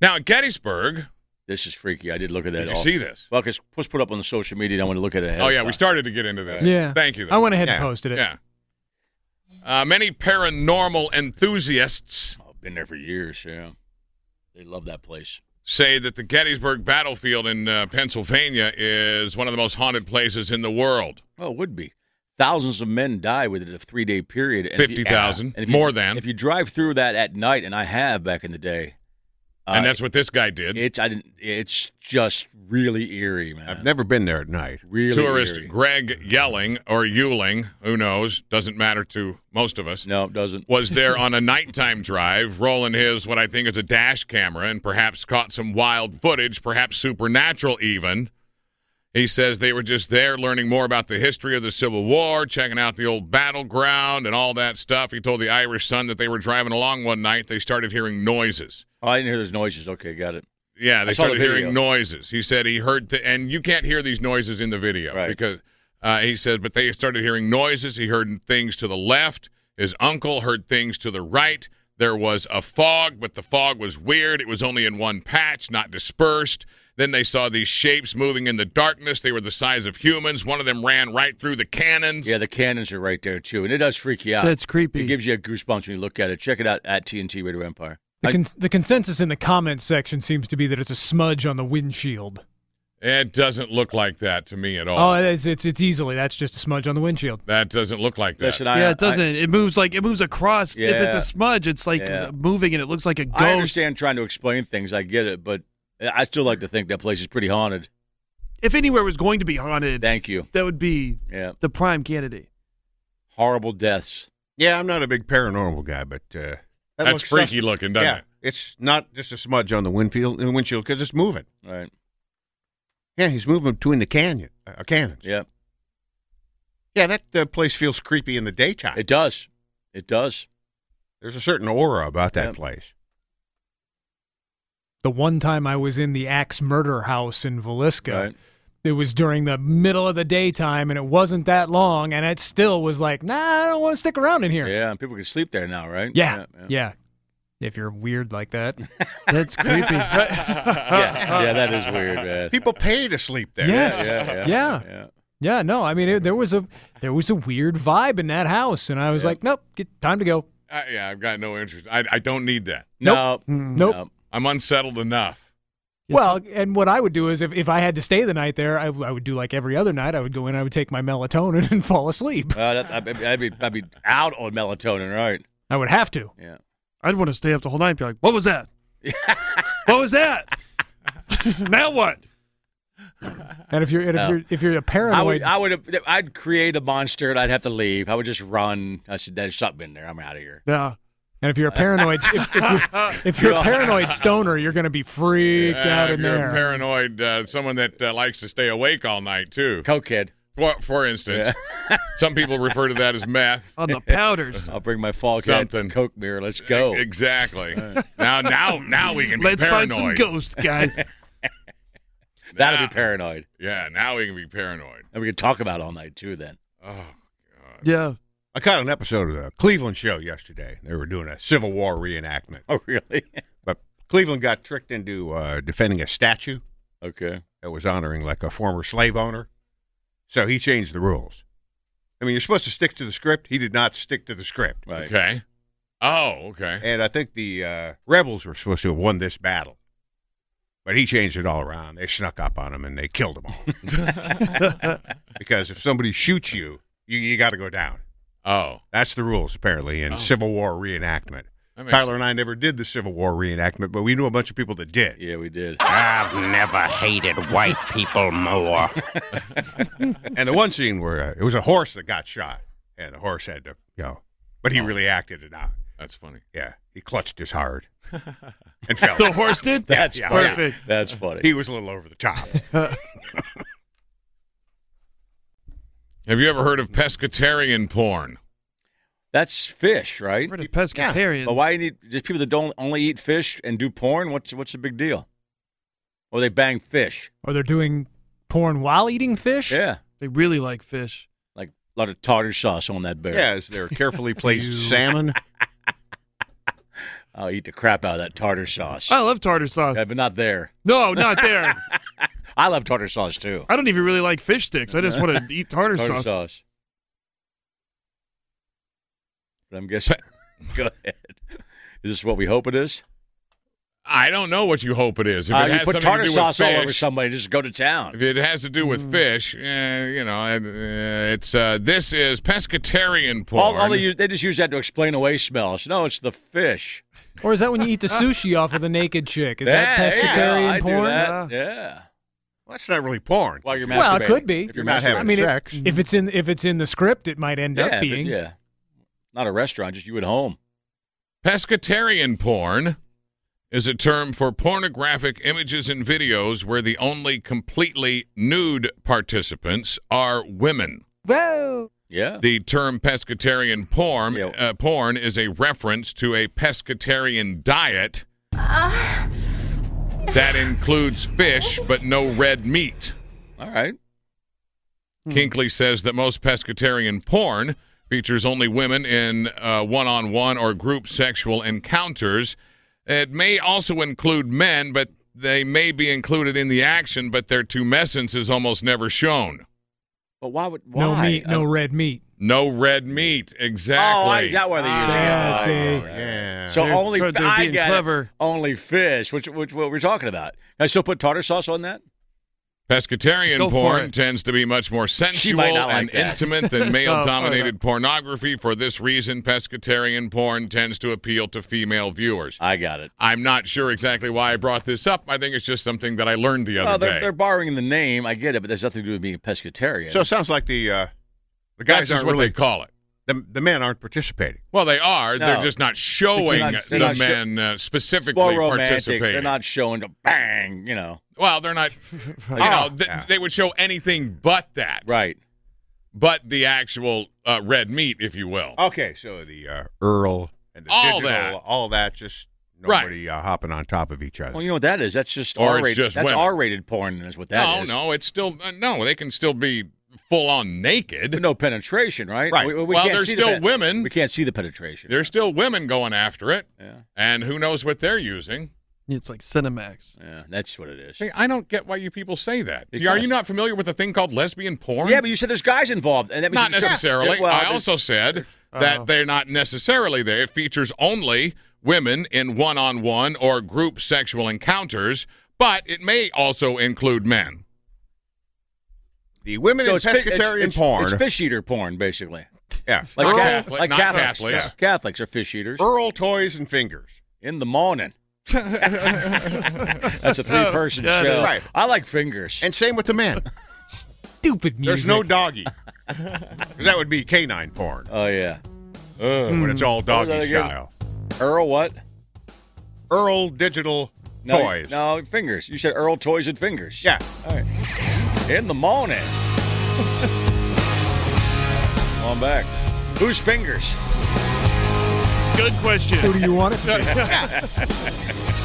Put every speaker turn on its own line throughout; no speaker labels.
Now, at Gettysburg,
This is freaky. I did look at that.
did you
all-
see this?
Well, because was put up on the social media. And I want to look at it. ahead
Oh,
of
yeah,
time.
we started to get into this.
Yeah.
Thank you.
I went ahead
Yeah.
and posted it.
Yeah. Uh, many paranormal enthusiasts
I've Oh, been there for years. Yeah, they love that place.
say that the Gettysburg battlefield in uh, Pennsylvania is one of the most haunted places in the world.
Oh, it would be. Thousands of men die within a three-day period. And if you-
50,000,
and if you-
more than.
If you drive through that at night, and I have back in the day, uh,
and that's what this guy did.
it's I didn't. It's just really eerie, man.
I've never been there at night.
really
Tourist
eerie.
Greg Yelling or Yuling, who knows, doesn't matter to most of us,
No, it doesn't.
was there on a nighttime drive rolling his what I think is a dash camera and perhaps caught some wild footage, perhaps supernatural even. He says they were just there learning more about the history of the Civil War, checking out the old battleground and all that stuff. He told the Irish Sun that they were driving along one night. They started hearing noises.
Oh, I didn't hear those noises. Okay, got it.
Yeah, they
I saw the
started
video.
hearing noises. He said he heard, th- and you can't hear these noises in the video
Right.
because uh, he said, but they started hearing noises. He heard things to the left. His uncle heard things to the right. There was a fog, but the fog was weird. It was only in one patch, not dispersed. Then they saw these shapes moving in the darkness. They were the size of humans. One of them ran right through the cannons.
Yeah, the cannons are right there too, and it does freak you out.
That's creepy.
Uh, It gives you a goosebumps when you look at it. Check it out at TNT Radio Empire.
the, con- the consensus in the comments section seems to be that it's a smudge on the windshield.
It doesn't look like that to me at
Oh,
all.
it's, it's it's easily that's just a smudge on the windshield.
that doesn't look like that.
Listen, I,
yeah, it
I-
doesn't. it moves like it moves across. If it's
Yeah.
a smudge, it's like
Yeah.
moving, and it looks like a ghost.
I understand trying to explain things. I get it, but I still like to think that place is pretty haunted.
If anywhere was going to be haunted,
Thank you.
that would be
Yeah,
the prime candidate.
horrible deaths.
Yeah, I'm not a big paranormal guy, but uh, that
That's
looks
freaky
sus-
looking, doesn't
Yeah,
it?
it's not just a smudge on the windfield windshield because it's moving.
Right.
Yeah, he's moving between the canyon, uh, cannons.
Yeah,
yeah, that uh, place feels creepy in the daytime.
it does. It does.
There's a certain aura about that
Yeah.
place.
The one time I was in the axe murder house in Villisca,
Right.
it was during the middle of the daytime, and it wasn't that long, and it still was like, nah, I don't want to stick around in here.
Yeah, and people can sleep there now, right?
Yeah, yeah. If you're weird like that,
That's creepy.
yeah, yeah, that is weird, man.
People pay to sleep there.
Yes.
Yeah, yeah,
Yeah.
yeah.
yeah, no, I mean it, there was a there was a weird vibe in that house, and I was
Yeah.
like, nope, get, time to go.
I, yeah, I've got no interest. I, I don't need that.
No,
Nope.
no.
I'm unsettled enough.
Well, and what I would do is if, if I had to stay the night there, I, I would do like every other night. I would go in, I would take my melatonin and fall asleep.
Uh, that, I'd, be- I'd be I'd be out on melatonin, right?
I would have to.
Yeah.
I'd want to stay up the whole night and be like, what was that? what was that? now what?
And if you're and if
No.
you're if you're a
I would,
paranoid,
I would, I'd create a monster and I'd have to leave. I would just run. I said, "There's something in there. I'm out of here."
Yeah.
and if you're a paranoid, if, if you're, if you're a paranoid stoner, you're going to be freaked out
Uh, if
in
you're
there.
a paranoid, uh, someone that uh, likes to stay awake all night too.
Cokehead.
For, for instance, some people refer to that as meth.
On the powders.
I'll bring my fog hat,
Something.
Coke mirror. Let's go.
E, Exactly. Now, now, now we can be
Let's
paranoid.
find some ghosts, guys.
That'll
Nah.
be paranoid,
Yeah, now we can be paranoid.
and we could talk about it all night too. Then
Oh,
yeah.
I caught an episode of the Cleveland show yesterday. They were doing a Civil War reenactment,
Oh, really?
but Cleveland got tricked into uh, defending a statue
okay.
that was honoring like a former slave owner. So he changed the rules. I mean, you're supposed to stick to the script. He did not stick to the script.
Right.
okay. Oh, okay.
And I think the uh, rebels were supposed to have won this battle. But he changed it all around. They snuck up on him and they killed him all. because if somebody shoots you, you, you got to go down.
Oh,
That's the rules, apparently, in
Oh.
Civil War reenactment.
that makes-
Tyler and I never did the Civil War reenactment, but we knew a bunch of people that did.
Yeah, we did.
I've never hated white people more.
And the one scene where uh, it was a horse that got shot, and the horse had to, you know, but he really acted it out.
That's funny.
Yeah, he clutched his hard and fell.
The horse did?
That's
yeah,
funny.
Perfect.
That's funny.
he was a little over the top.
Have you ever heard of pescatarian porn?
That's fish, right?
Rid of pescatarian.
But why you need just people that don't only eat fish and do porn? What's what's the big deal? Or they bang fish?
or they're doing porn while eating fish.
Yeah,
They really like fish.
like a lot of tartar sauce on that bear.
yeah, as they're carefully placed salmon.
I'll eat the crap out of that tartar sauce.
I love tartar sauce.
Yeah, but not there.
No, not there.
I love tartar sauce too.
I don't even really like fish sticks. I just want to eat tartar,
Tartar
sauce.
sauce. But I'm guessing. Go ahead. Is this what we hope it is?
I don't know what you hope it is. If
Uh,
it
you
has
put
something to
tartar
do
sauce
with
all over
fish-
somebody, just go to town.
If it has to do with
Hmm.
fish, eh, you know, and, uh, it's uh, this is pescatarian porn.
All, all they, use, they just use that to explain away smells. No, it's the fish.
Or is that when you eat the sushi off of the naked chick? Is
Yeah,
that
there you go.
pescatarian
I do
porn? Uh,
that. Yeah.
Well, that's not really porn.
While you're masturbating.
Well, it could be.
If you're
Not having
masturbating.
I mean, it-
sex.
If it's in if it's in the script, it might end
yeah,
up
but-
being.
yeah. Not a restaurant, just you at home.
Pescatarian porn is a term for pornographic images and videos where the only completely nude participants are women.
Yeah.
The term pescatarian porn
Yeah.
uh, porn is a reference to a pescatarian diet that includes fish but no red meat.
All right. Hmm.
Kinkley says that most pescatarian porn features only women in one on one or group sexual encounters. It may also include men, but they may be included in the action, but their tumescence is almost never shown.
But why would why?
No meat, no
Uh,
red meat.
No red meat,
Oh,
exactly.
I got why they use it.
Ah, That's
Oh,
it.
right.
Yeah.
So
They're
only
trying-
fi-
they're
I
being
get it.
clever.
only fish, which which what we're talking about. Can I still put tartar sauce on that?
Pescatarian
Go for
porn
it.
tends to be much more sensual
might not like
and
that.
intimate than male
Oh,
dominated pornography. For this reason, pescatarian porn tends to appeal to female viewers.
I got it.
I'm not sure exactly why I brought this up. I think it's just something that I learned the other
Well,
day.
they're, they're borrowing the name. I get it, but there's nothing to do with being a pescatarian.
So it sounds like the uh, the
That's
guys
just
aren't
what
really
they call it.
the, the men aren't participating.
Well, they are. They're
No.
just not showing
not-
the
they're not sho-
men uh, specifically
more romantic.
participating.
They're not showing the bang. You know.
well, they're not. You know, th-
Yeah.
they would show anything but that,
Right.
but the actual uh, red meat, if you
Oh,
will.
Okay, so the uh, Earl and the
All
digital,
that.
all that, just
Right.
nobody uh, hopping on top of each other.
Well, you know what that is. That's just
Or it's
R-rated.
just
That's
women.
R-rated porn. Is what that
no,
is.
no, it's still uh, no. They can still be full on naked.
But no penetration, right?
Right.
We, we
well,
can't
there's
see the
still
pen-
women.
We can't see the penetration.
There's still women going after it,
yeah.
and who knows what they're using.
It's like Cinemax.
Yeah. That's what it is.
Hey, I don't get why you people say that. Are you
Because-
not familiar with a thing called lesbian porn?
Yeah, but you said there's guys involved, and that means
not
there's-
necessarily.
Yeah, well,
I
there's- Uh-huh.
also said that
Oh.
they're not necessarily there. It features only women in one on one or group sexual encounters, but it may also include men.
the women in
it's fi-
pescatarian
it's- it's-
porn.
It's fish eater porn, basically.
yeah,
Like,
Not
Ca-
Catholic-
like
not
Catholics.
Catholics.
Yeah. Catholics are fish eaters.
Earl toys and fingers.
In the morning. That's a three person
Yeah, it
show.
is.
Right.
I like fingers.
And same with the men.
Stupid music.
There's no doggy. 'Cause that would be canine porn
oh, yeah.
when it's all
Mm. What
doggy
was that again?
style.
Earl, what?
Earl digital
No,
toys.
No, fingers. You said Earl toys and fingers.
Yeah.
In the morning. On back. Whose fingers?
Good question.
Who do you want it to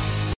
be?